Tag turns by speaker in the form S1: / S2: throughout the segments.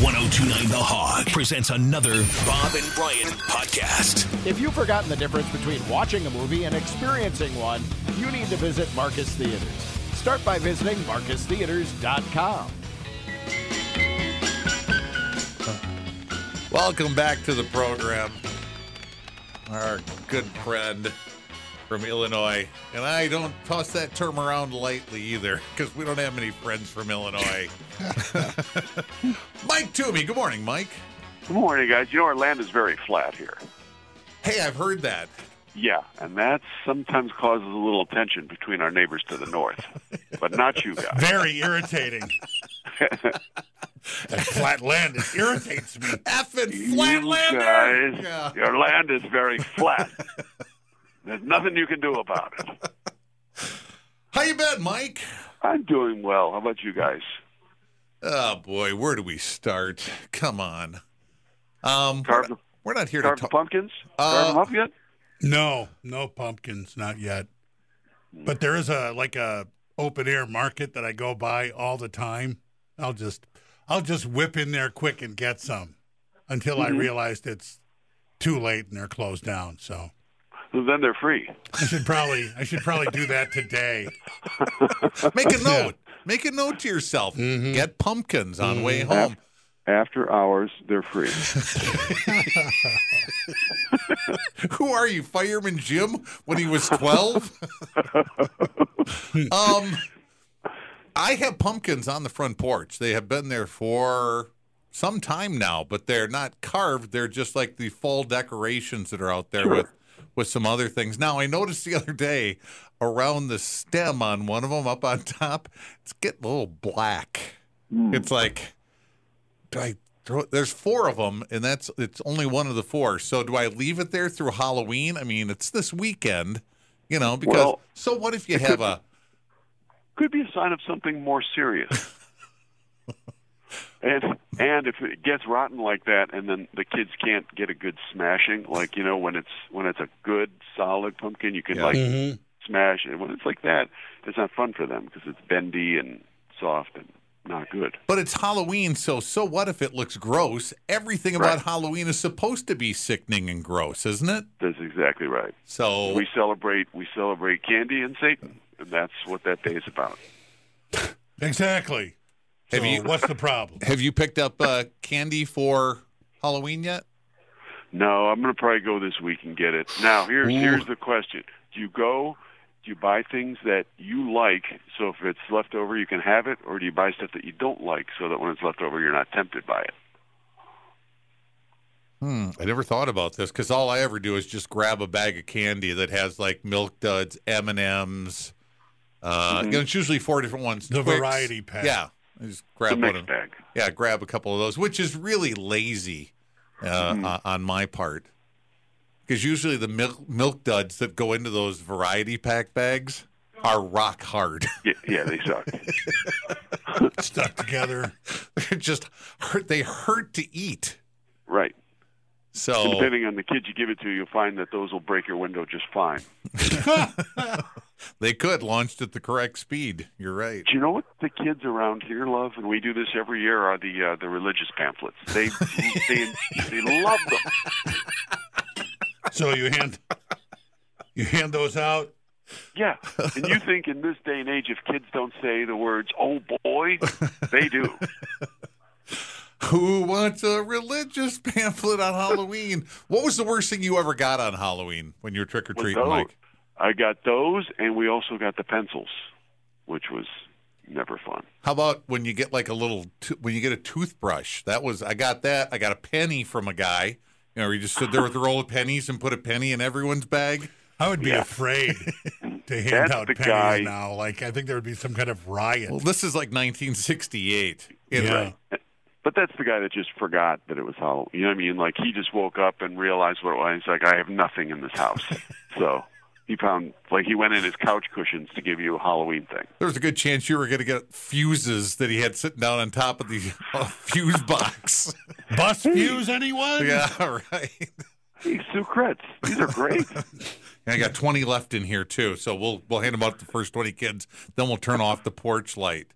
S1: 1029 The Hog presents another Bob and Brian podcast.
S2: If you've forgotten the difference between watching a movie and experiencing one, you need to visit Marcus Theaters. Start by visiting marcustheaters.com.
S3: Welcome back to the program. Our good friend from Illinois. And I don't toss that term around lightly either because we don't have many friends from Illinois. Mike Toomey. Good morning, Mike.
S4: Good morning, guys. You know, our land is very flat here.
S3: Hey, I've heard that.
S4: Yeah, and that sometimes causes a little tension between our neighbors to the north, but not you guys.
S5: very irritating. that flat land it irritates me.
S3: Effing
S4: you
S3: Flatlander.
S4: guys,
S3: Yeah.
S4: your land is very flat. There's nothing you can do about it.
S3: How you been, Mike?
S4: I'm doing well. How about you guys?
S3: Oh boy, where do we start? Come on. Um,
S4: Carve the-
S3: we're not here to
S4: Carve the
S3: talk.
S4: pumpkins?
S3: Uh,
S4: Carve them up yet?
S5: No, no pumpkins, not yet. But there is a like a open air market that I go by all the time. I'll just I'll just whip in there quick and get some until I realized it's too late and they're closed down. So
S4: Well, Then they're free.
S5: I should probably I should probably do that today.
S3: Make a note. Make a note to yourself. Get pumpkins on way home.
S4: After hours, they're free.
S3: Who are you, Fireman Jim? When he was twelve. um, I have pumpkins on the front porch. They have been there for some time now, but they're not carved. They're just like the fall decorations that are out there with with some other things. Now I noticed the other day around the stem on one of them up on top, it's getting a little black. It's like do I throw there's four of them and that's it's only one of the four. So do I leave it there through Halloween? I mean, it's this weekend, you know, because
S4: Well,
S3: so what if you have a
S4: Could be a sign of something more serious. And and if it gets rotten like that, and then the kids can't get a good smashing, like you know when it's when it's a good solid pumpkin, you can
S3: Yeah.
S4: like smash it. When it's like that, it's not fun for them because it's bendy and soft and not good.
S3: But it's Halloween, so so what if it looks gross? Everything about
S4: Right.
S3: Halloween is supposed to be sickening and gross, isn't it?
S4: That's exactly right.
S3: So
S4: We celebrate we celebrate candy and Satan, and that's what that day is about.
S5: Exactly.
S3: Have
S5: So
S3: you-
S5: what's the problem?
S3: have you picked up uh, candy for Halloween yet?
S4: No, I'm going to probably go this week and get it. Now, here's
S3: Ooh.
S4: here's the question: Do you go? Do you buy things that you like, so if it's left over, you can have it, or do you buy stuff that you don't like, so that when it's left over, you're not tempted by it?
S3: Hmm, I never thought about this because all I ever do is just grab a bag of candy that has like Milk Duds, M and M's. Uh,
S4: Mm-hmm.
S3: you know, It's usually four different ones.
S5: The
S3: Twix.
S5: variety pack.
S3: Yeah, I just
S4: The
S3: grab one.
S4: mixed
S3: Of,
S4: bag.
S3: yeah, grab a couple of those, which is really lazy uh, o- on my part. Because usually the milk, milk duds that go into those variety pack bags are rock hard.
S4: Yeah, yeah, they suck.
S5: Stuck together.
S3: They're just hurt. They hurt to eat.
S4: right. And
S3: So
S4: depending on the kid you give it to, you'll find that those will break your window just fine.
S3: they could launched at the correct speed. You're right.
S4: Do you know what the kids around here love? And we do this every year. Are the uh, the religious pamphlets? They they they love them.
S5: So you hand you hand those out.
S4: Yeah, and you think in this day and age, if kids don't say the words "oh boy," they do.
S3: Who wants a religious pamphlet on Halloween? What was the worst thing you ever got on Halloween when you were trick or
S4: With
S3: treating,
S4: those.
S3: Mike?
S4: I got those, and we also got the pencils, which was never fun.
S3: How about when you get like a little to- when you get a toothbrush? That was I got that. I got a penny from a guy. You know, he just stood there with a roll of pennies and put a penny in everyone's bag.
S5: I would be
S4: Yeah.
S5: afraid to hand
S4: That's
S5: out
S4: the
S5: pennies
S4: guy.
S5: now. Like I think there would be some kind of riot.
S3: Well, this is like 1968. It-
S5: yeah.
S4: But that's the guy that just forgot that it was Halloween. You know what I mean? Like he just woke up and realized what it was. He's like, I have nothing in this house. so he found like he went in his couch cushions to give you a Halloween thing.
S3: There was a good chance you were going to get fuses that he had sitting down on top of the uh, fuse box.
S5: Bus views, anyone?
S3: yeah, right.
S4: Hey, Sue Kretz, these are great.
S3: And I got 20 left in here too, so we'll we'll hand them out to the first 20 kids. Then we'll turn off the porch light.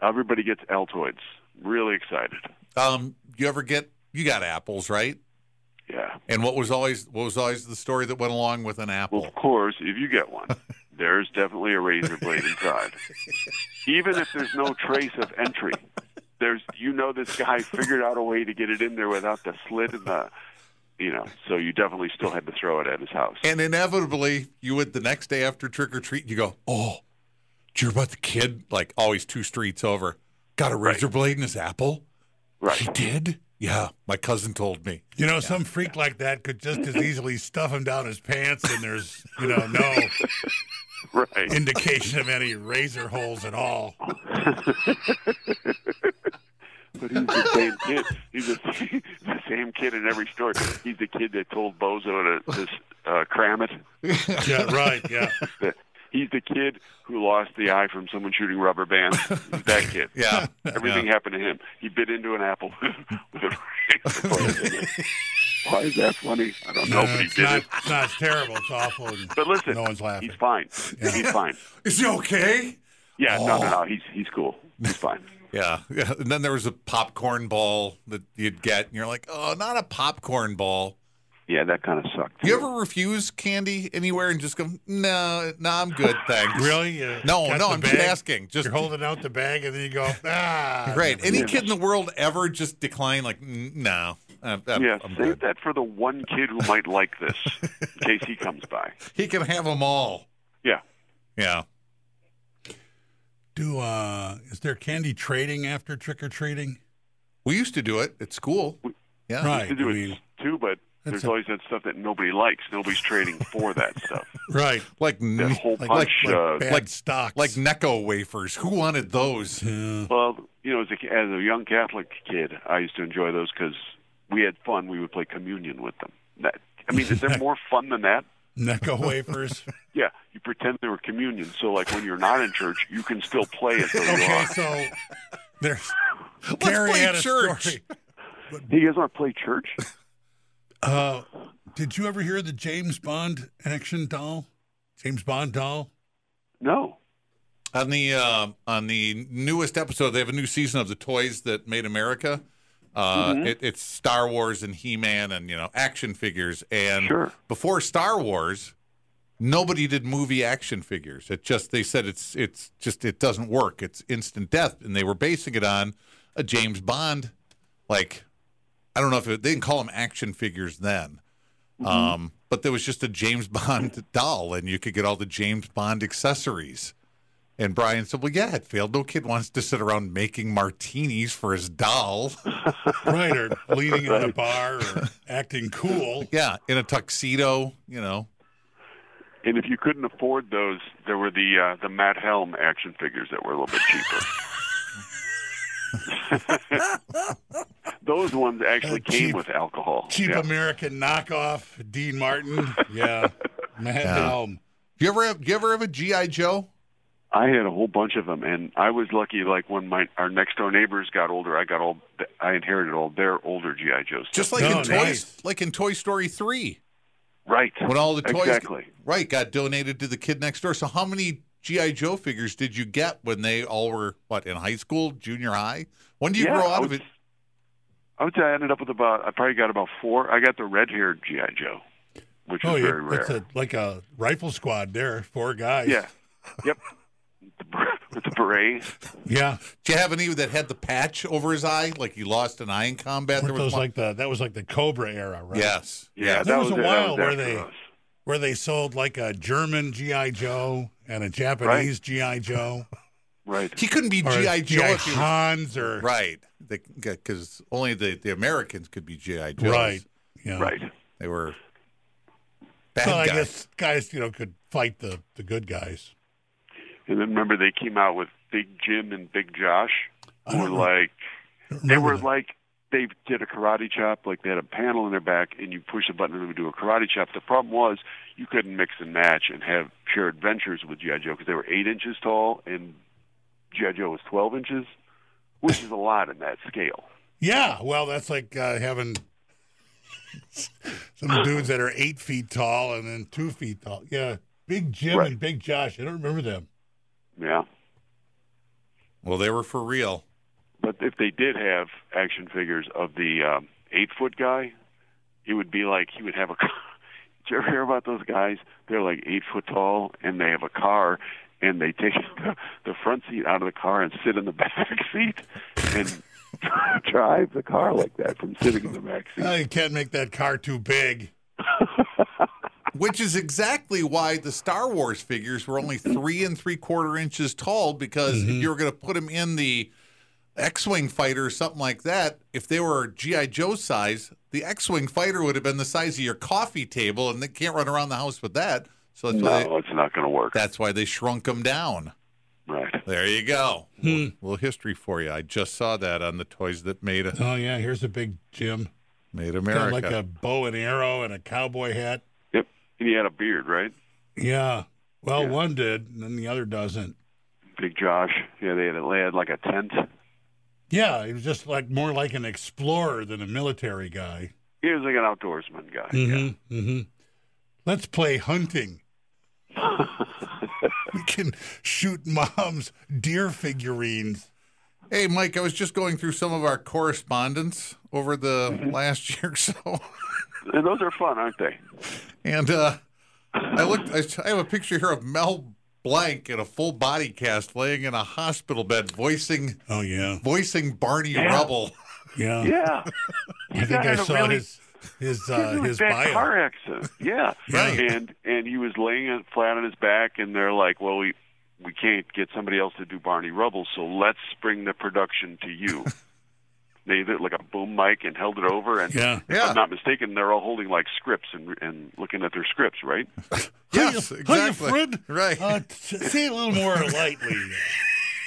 S4: Everybody gets Altoids. Really excited.
S3: Um, you ever get you got apples, right?
S4: Yeah.
S3: And what was always what was always the story that went along with an
S4: Well,
S3: apple?
S4: of course, if you get one, there's definitely a razor blade inside. Even if there's no trace of entry, there's you know this guy figured out a way to get it in there without the slit in the, you know. So you definitely still had to throw it at his house.
S3: And inevitably, you would the next day after trick or treat, you go, "Oh, did you hear about the kid? Like always two streets over, got a razor blade in his apple. He
S4: right.
S3: did. Yeah, my cousin told me.
S5: You know, some freak like that could just as easily stuff him down his pants, and there's, you know, no
S4: Right.
S5: indication of any razor holes at all.
S4: But he's the same kid. He's the, the same kid in every story. He's the kid that told Bozo to this uh, Kramit.
S5: Yeah, right. Yeah.
S4: That he's the kid who lost the eye from someone shooting rubber bands. He's that kid.
S3: Yeah,
S4: Everything happened to him. He bit into an apple with a razor blade in it. Why is that funny? I don't know,
S5: No,
S4: but he
S5: it's
S4: did
S5: not,
S4: it.
S5: it's not terrible. It's awful. And
S4: But listen,
S5: no one's laughing.
S4: he's fine. He's fine.
S3: Is he okay?
S4: Yeah, no, no,
S5: Oh.
S4: no. He's he's cool. He's fine.
S3: Yeah, yeah. And then there was a popcorn ball that you'd get, and you're like, "Oh, not a popcorn ball."
S4: Yeah, that kind of sucked.
S3: You ever refuse candy anywhere and just go, "No, no, I'm good, thanks."
S5: Really? You
S3: No,
S5: got
S3: no.
S5: the
S3: I'm just
S5: bag?
S3: asking. Just
S5: You're holding out the bag, and then you go, ah.
S3: Right. Any kid in the world ever just decline like, "N- no, I'm, I'm,
S4: Yeah,
S3: I'm
S4: save
S3: good.
S4: that for the one kid who might like this in case he comes by.
S3: He can have them all.
S4: Yeah.
S3: Yeah.
S5: Do uh, is there candy trading after trick or treating?
S3: We used to do it at school. Yeah.
S5: Right.
S4: to
S5: I
S4: do
S5: mean,
S4: it too, but there's
S5: a-
S4: always that stuff that nobody likes. Nobody's trading for that stuff.
S5: right.
S3: Like,
S4: That
S3: ne-
S4: whole
S3: like,
S4: punch.
S5: Like
S4: uh,
S5: bad
S3: like-
S5: stocks.
S3: like Necco wafers. Who wanted those?
S5: Yeah.
S4: well, you know, as a, as a young Catholic kid, I used to enjoy those because we had fun. We would play communion with them. That, I mean, is there more fun than that?
S5: Necco wafers.
S4: Yeah, you pretend they were communion, so like when you're not in church, you can still play as though you
S5: Okay,
S4: are.
S5: so there's
S3: Let's
S5: Gary
S3: play
S5: had a
S3: church.
S5: story.
S4: Do you guys want to play church?
S5: Uh, did you ever hear the James Bond action doll? James Bond doll?
S4: No.
S3: On the uh, on the newest episode, they have a new season of the toys that made America. Uh, it, it's Star Wars and He Man and you know action figures. And
S4: Sure.
S3: before Star Wars, nobody did movie action figures. It just they said it's it's just it doesn't work. It's instant death, and they were basing it on a James Bond. Like I don't know if it, they didn't call them action figures then. Um, but there was just a James Bond doll, and you could get all the James Bond accessories. And Brian said, "Well, yeah, it failed. No kid wants to sit around making martinis for his doll.
S5: Right, or leaning on a bar or acting cool.
S3: yeah, in a tuxedo, you know.
S4: And if you couldn't afford those, there were the uh, the Matt Helm action figures that were a little bit cheaper. those ones actually
S5: Uh, cheap-
S4: came with alcohol.
S5: Cheap
S4: Yeah.
S5: American knockoff, Dean Martin. Yeah. oh, Matt
S3: Yeah.
S5: Helm.
S3: You ever have you ever have a GI Joe?
S4: I had a whole bunch of them, and I was lucky. Like when my our next door neighbors got older, I got all I inherited all their older GI Joes.
S3: Just like
S5: No,
S3: in Toy,
S5: nice.
S3: like in Toy Story three,
S4: right
S3: when all the toys
S4: exactly.
S3: right got donated to the kid next door. So how many GI Joe figures did you get when they all were what in high school, junior high? When do you
S4: yeah,
S3: grow out
S4: I
S3: of
S4: would-
S3: it?
S4: I would say I ended up with about. I probably got about four. I got the red-haired GI Joe, which
S5: Oh,
S4: is
S5: yeah.
S4: very rare.
S5: That's a, like a rifle squad there. Four guys.
S4: yeah, yep. The ber- With the beret,
S5: Yeah.
S3: Do you have any that had the patch over his eye, like he lost an eye in combat?
S5: Weren't those
S3: one-
S5: like the, that was like the Cobra era, right?
S3: yes,
S4: yeah,
S3: yes.
S5: There
S4: that
S5: was a
S4: it. That
S5: while where
S4: after
S5: they-
S4: us.
S5: Where they sold like a German G.I. Joe and a Japanese G.I. Joe.
S4: right.
S3: He couldn't be
S5: Or
S3: GI Joe
S5: G.I.
S3: if he was
S5: Hans or.
S3: Right. Because only the, the Americans could be G.I. Joes.
S5: Right. Yeah.
S4: Right.
S3: They were bad
S5: Well, I
S3: guys.
S5: guess guys, you know, could fight the, the good guys.
S4: And then remember they came out with Big Jim and Big Josh
S5: I
S4: who were
S5: don't know.
S4: like
S5: I don't
S4: they
S5: remember
S4: were
S5: that.
S4: like they did a karate chop, like they had a panel in their back and you push a button and it would do a karate chop. The problem was you couldn't mix and match and have pure adventures with G.I. Joe because they were eight inches tall and G.I. Joe was twelve inches, which is a lot in that scale.
S5: Yeah, well, that's like uh, having some dudes that are eight feet tall and then two feet tall. Yeah, Big Jim
S4: Right.
S5: and Big Josh. I don't remember them.
S4: Yeah.
S3: Well, they were for real.
S4: But if they did have action figures of the um, eight foot guy, it would be like he would have a. Car. Did you ever hear about those guys? They're like eight foot tall, and they have a car, and they take the, the front seat out of the car and sit in the back seat, and drive the car like that from sitting in the back seat.
S5: Oh, you can't make that car too big.
S3: Which is exactly why the Star Wars figures were only three and three quarter inches tall because
S5: Mm-hmm.
S3: if you were going to put them in the X Wing fighter or something like that, if they were G.I. Joe size, the X Wing fighter would have been the size of your coffee table and they can't run around the house with that. So that's, why,
S4: No,
S3: they,
S4: it's not going to work.
S3: that's why they shrunk them down.
S4: right.
S3: There you go.
S5: Hmm.
S3: little history for you. I just saw that on the toys that made
S5: Oh yeah, here's a big Jim.
S3: made
S5: Got
S3: America.
S5: like a bow and arrow and a cowboy hat.
S4: Yep. And he had a beard, right?
S5: Yeah. Well,
S4: Yeah.
S5: one did, and then the other doesn't.
S4: Big Josh. Yeah, they had, they had like a tent.
S5: Yeah, he was just like more like an explorer than a military guy.
S4: He was like an outdoorsman guy.
S5: Mm-hmm. Mm-hmm. Let's play hunting. we can shoot mom's deer figurines.
S3: Hey, Mike, I was just going through some of our correspondence over the
S4: Mm-hmm.
S3: last year or so,
S4: And those are fun, aren't they?
S3: and uh, I looked. I, I have a picture here of Mel Blanc in a full body cast, laying in a hospital bed, voicing
S5: Oh yeah,
S3: voicing Barney
S4: Yeah.
S3: Rubble.
S5: yeah.
S4: Yeah.
S5: I think
S4: got
S5: I
S4: in a
S5: saw
S4: really-
S5: his his
S4: He
S5: uh,
S4: was
S5: his
S4: in a
S5: bio.
S4: bad car accident. Yeah.
S3: Right.
S4: And and he was laying it flat on his back and they're like, Well we we can't get somebody else to do Barney Rubble, so let's bring the production to you. they did like a boom mic and held it over and
S5: Yeah.
S4: if
S3: Yeah.
S4: I'm not mistaken, they're all holding like scripts and and looking at their scripts, right?
S3: Yes,
S5: Hiya- hiya,
S3: exactly.
S5: Fred.
S3: Right.
S5: Uh, t- say it a little more lightly.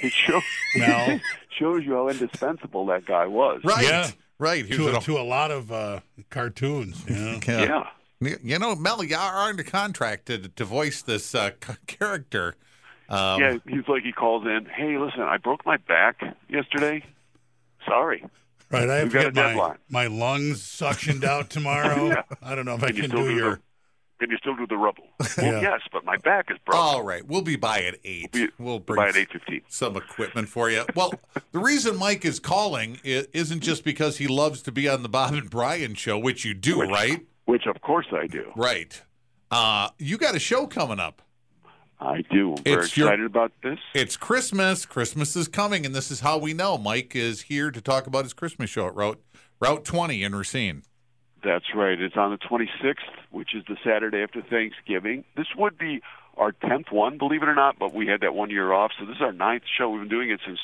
S4: It shows
S5: Now,
S4: shows you how indispensable that guy was.
S3: right,
S5: Yeah.
S3: right. He was
S5: to,
S3: in
S5: a,
S3: a-
S5: to a lot of uh, cartoons. You know?
S4: Yeah.
S3: You- You know, Mel, you are under contract to, to voice this uh, c- character. Um,
S4: Yeah, he's like he calls in. Hey, listen, I broke my back yesterday. Sorry,
S5: Right, I
S4: We've
S5: have to
S4: got a
S5: get my,
S4: deadline.
S5: my lungs suctioned out tomorrow. I don't know if I
S4: Can you
S5: can
S4: still
S5: do
S4: do
S5: your.
S4: can you still do the rubble?
S5: Yeah.
S4: Well, yes, but my back is broken.
S3: All right, we'll be by at eight.
S4: Be-
S3: We'll bring
S4: by at eight fifteen.
S3: some equipment for you. Well, the reason Mike is calling i- isn't just because he loves to be on the Bob and Brian show, which you do, right?
S4: Which, of course, I do.
S3: Right. Uh, you got a show coming up.
S4: I do. I'm very
S3: It's your-
S4: excited about this.
S3: It's Christmas. Christmas is coming, and this is how we know Mike is here to talk about his Christmas show at Route Route 20 in Racine.
S4: That's right. It's on the 26th, which is the Saturday after Thanksgiving. This would be our 10th one, believe it or not, but we had that one year off. So this is our ninth show. We've been doing it since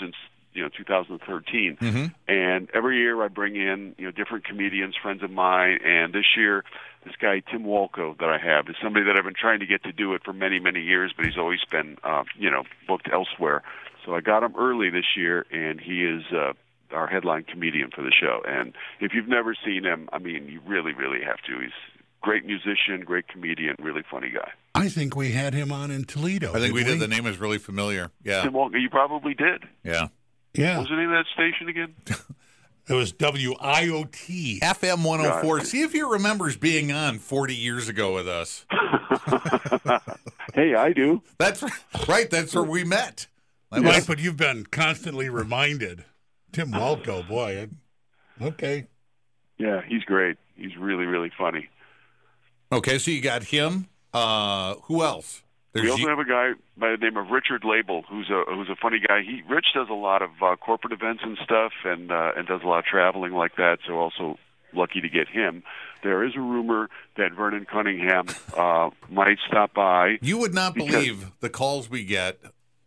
S4: since you know 2013. And every year I bring in you know different comedians, friends of mine, and this year this guy Tim Walco that I have is somebody that I've been trying to get to do it for many many years, but he's always been uh, you know booked elsewhere. So I got him early this year, and he is. Uh, our headline comedian for the show. And if you've never seen him, I mean, you really, really have to. He's a great musician, great comedian, really funny guy.
S5: I think we had him on in Toledo.
S3: I think we
S5: didn't
S3: did. The name is really familiar. Yeah.
S4: Tim Walker, you probably did.
S3: Yeah.
S5: Yeah,
S4: What's the name of that station again?
S5: it was WIOT.
S3: FM 104. See if he remembers being on 40 years ago with us.
S4: hey, I do.
S3: That's right. That's where we met. That was-
S5: Mike, but you've been constantly reminded. Tim Walco, boy. I- okay.
S4: Yeah, he's great. He's really, really funny.
S3: Okay, so you got him. Uh, who else?
S4: We
S3: There's
S4: also
S3: you-
S4: have a guy by the name of Richard Label, who's a who's a funny guy. He Rich does a lot of uh, corporate events and stuff, and uh, and does a lot of traveling like that. So also lucky to get him. There is a rumor that Vernon Cunningham uh, might stop by.
S3: you would not
S4: because-
S3: believe the calls we get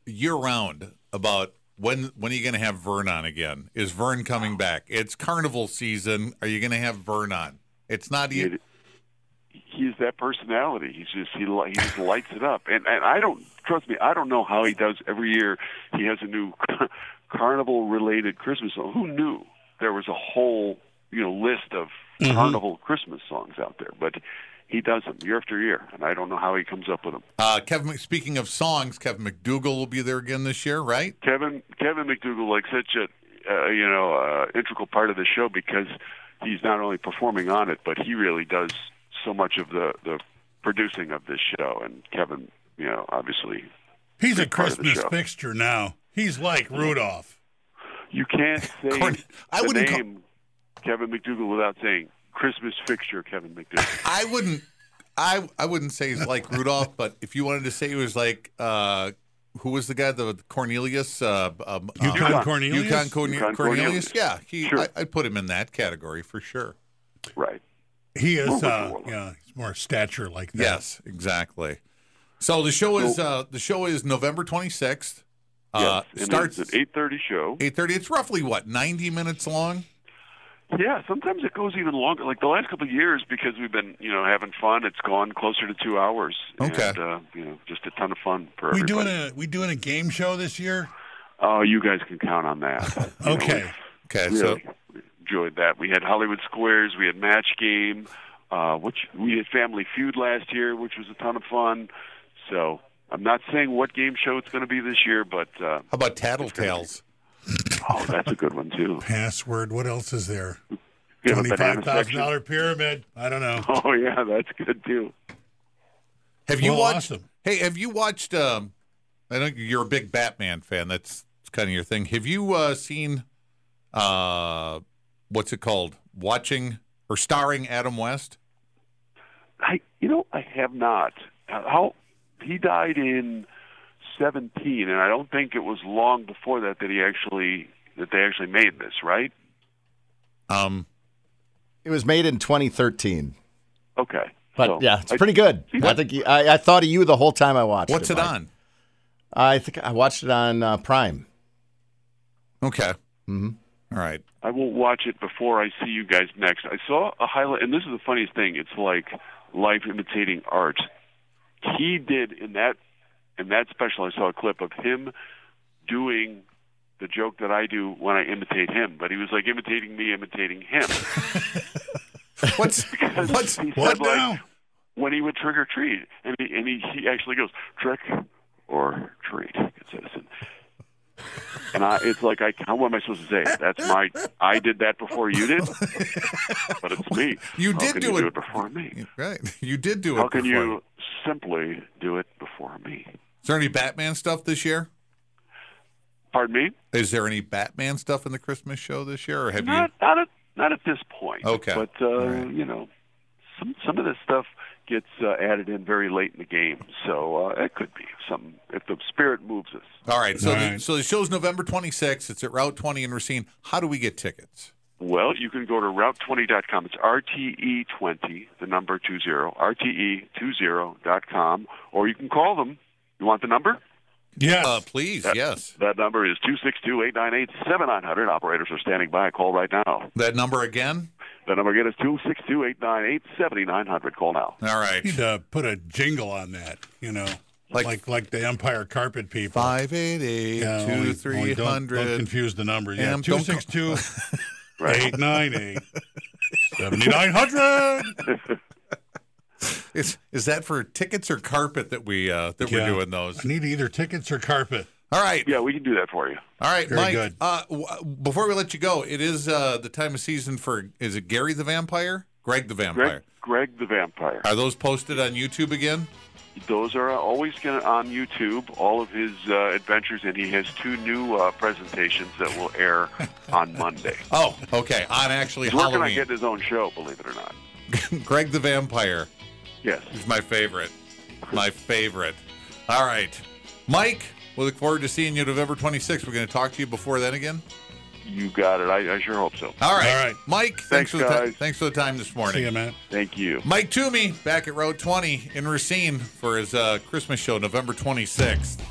S3: year round about when when are you going to have Vern on again? Is Vern coming back? It's carnival season. Are you going to have Vern on? It's not e, even.
S4: It- he's that personality. He's just he li- he just lights it up. And and I don't trust me. I don't know how he does every year. He has a new carnival related Christmas song. Who knew there was a whole you know list of carnival Christmas songs out there? But he does them year after year, and I don't know how he comes up with them.
S3: Uh, Kevin. Mc- Speaking of songs, Kevin McDougal will be there again this year, right?
S4: Kevin Kevin McDougal like such a uh, you know uh, integral part of the show because he's not only performing on it but he really does so much of the the producing of this show and Kevin you know obviously
S5: He's a
S4: part of the
S5: Christmas
S4: show.
S5: fixture now. He's like Rudolph.
S4: You can't say
S3: Corny. I
S4: the
S3: wouldn't call-
S4: name Kevin McDougal without saying Christmas fixture Kevin McDougal.
S3: I wouldn't. I I wouldn't say he's like Rudolph, but if you wanted to say he was like, uh, who was the guy? The Cornelius. Uh, um,
S5: Yukon
S3: um,
S5: Cornelius?
S3: Yukon Corne-
S4: Yukon
S3: Cornelius.
S4: Cornelius.
S3: Yeah, he.
S4: Sure.
S3: I, I'd put him in that category for sure.
S4: right.
S5: He is,
S4: Wilbur
S5: uh,
S4: Warlock.
S5: yeah, he's more stature like that.
S3: Yes, exactly. So the show is uh, the show is November twenty sixth. Uh,
S4: yes. And
S3: starts
S4: it's an 8:30 show.
S3: eight thirty. It's roughly what ninety minutes long.
S4: Yeah, sometimes it goes even longer. Like the last couple of years, because we've been, you know, having fun, it's gone closer to two hours.
S3: Okay.
S4: And, uh, you know, just a ton of fun for
S5: We
S4: everybody.
S5: doing a we doing a game show this year?
S4: Oh, you guys can count on that. You know,
S5: Okay.
S3: Okay,
S4: we
S3: so
S4: really enjoyed that. We had Hollywood Squares. We had Match Game. Uh, which we had Family Feud last year, which was a ton of fun. So I'm not saying what game show it's going to be this year, but uh,
S3: how about Tattletales?
S4: oh, that's a good one too.
S5: Password. What else is there?
S4: We have a
S5: Twenty
S4: banana
S5: five thousand
S4: section.
S5: dollar pyramid. I don't know.
S4: Oh yeah, that's good too.
S3: Have you
S5: Well,
S3: watched?
S5: awesome.
S3: Hey, have you watched? Um, I know you're a big Batman fan. That's, kind of your thing. Have you uh, seen? Uh, what's it called? Watching or starring Adam West?
S4: I, you know, I have not. Uh, How he died in seventeen, and I don't think it was long before that that he actually that they actually made this, right?
S3: Um,
S6: It was made in 2013,
S4: Okay,
S6: but
S3: Oh.
S4: So,
S6: yeah, it's
S4: I-
S6: pretty good. I think you- I, I thought of you the whole time I watched.
S3: what's
S6: it
S3: it
S6: Mike.
S3: on?
S6: I think I watched it on uh, Prime.
S3: Okay. Mm-hmm. right.
S4: I will watch it before I see you guys next. I saw a highlight, and this is the funniest thing. It's like life imitating art. He did in that in that special. I saw a clip of him doing the joke that I do when I imitate him, but he was like imitating me, imitating him.
S3: What's what's
S4: he
S5: What
S4: said like
S5: now?
S4: when he would trick or treat, and he and he, he actually goes trick or treat, good citizen. And I, it's like I, how am I supposed to say? it? That's my, I did that before you did, but it's me.
S3: You
S4: How
S3: did
S4: can
S3: do
S4: you
S3: it.
S4: do it before me.
S3: right? You did do it.
S4: How can
S3: before.
S4: you simply do it before me?
S3: Is there any Batman stuff this year?
S4: Pardon me.
S3: Is there any Batman stuff in the Christmas show this year, or have you?
S4: Not, not at, not at this point.
S3: Okay.
S4: But uh,
S3: All right.
S4: you know, some some of this stuff gets uh, added in very late in the game, so uh, it could be something if the spirit moves us.
S3: All right. So,
S5: All
S3: the,
S5: right.
S3: so the show's November 26th. It's at Route 20 in Racine. How do we get tickets?
S4: Well, you can go to route20.com. It's RTE20, the number 20, E RTE20.com, or you can call them. You want the number?
S5: Yes.
S3: Uh, please, yes.
S4: That number is 262 898 7900. Operators are standing by. Call right now.
S3: That number again?
S4: That number again is 262 898 7900. Call now.
S3: All right.
S5: need to put a jingle on that, you know,
S3: Like-
S5: like like, the Empire Carpet people.
S3: 588
S5: Yeah, only- only don't, don't confuse the number. Yeah,
S3: And don't
S5: two
S3: co-
S5: six two
S4: Right.
S5: eight nine eight seventy nine hundred.
S3: Is, is that for tickets or carpet that we uh, that we're
S5: Yeah.
S3: doing those?
S5: I need either tickets or carpet.
S3: All right.
S4: Yeah, we can do that for you.
S3: All right,
S5: Very
S3: Mike.
S5: good.
S3: Uh, w- before we let you go, it is uh, the time of season for is it Gary the Vampire? Greg the Vampire.
S4: Greg, Greg the Vampire.
S3: Are those posted on YouTube again?
S4: Those are always gonna, on YouTube, all of his uh, adventures, and he has two new uh, presentations that will air on Monday.
S3: Oh, okay. On actually
S4: He's working on
S3: Halloween.
S4: getting his own show, believe it or not.
S3: Greg the Vampire.
S4: Yes.
S3: He's my favorite. My favorite. All right. Mike, we look forward to seeing you November 26th. We're going to talk to you before then again.
S4: You got it. I, I sure hope so.
S3: All right.
S5: All right.
S3: Mike, thanks,
S4: Thanks,
S3: for the time.
S4: guys.
S3: thanks for the time this
S5: See
S3: morning.
S5: you, man.
S4: Thank you.
S3: Mike Toomey back at Road 20 in Racine for his uh, Christmas show November 26th.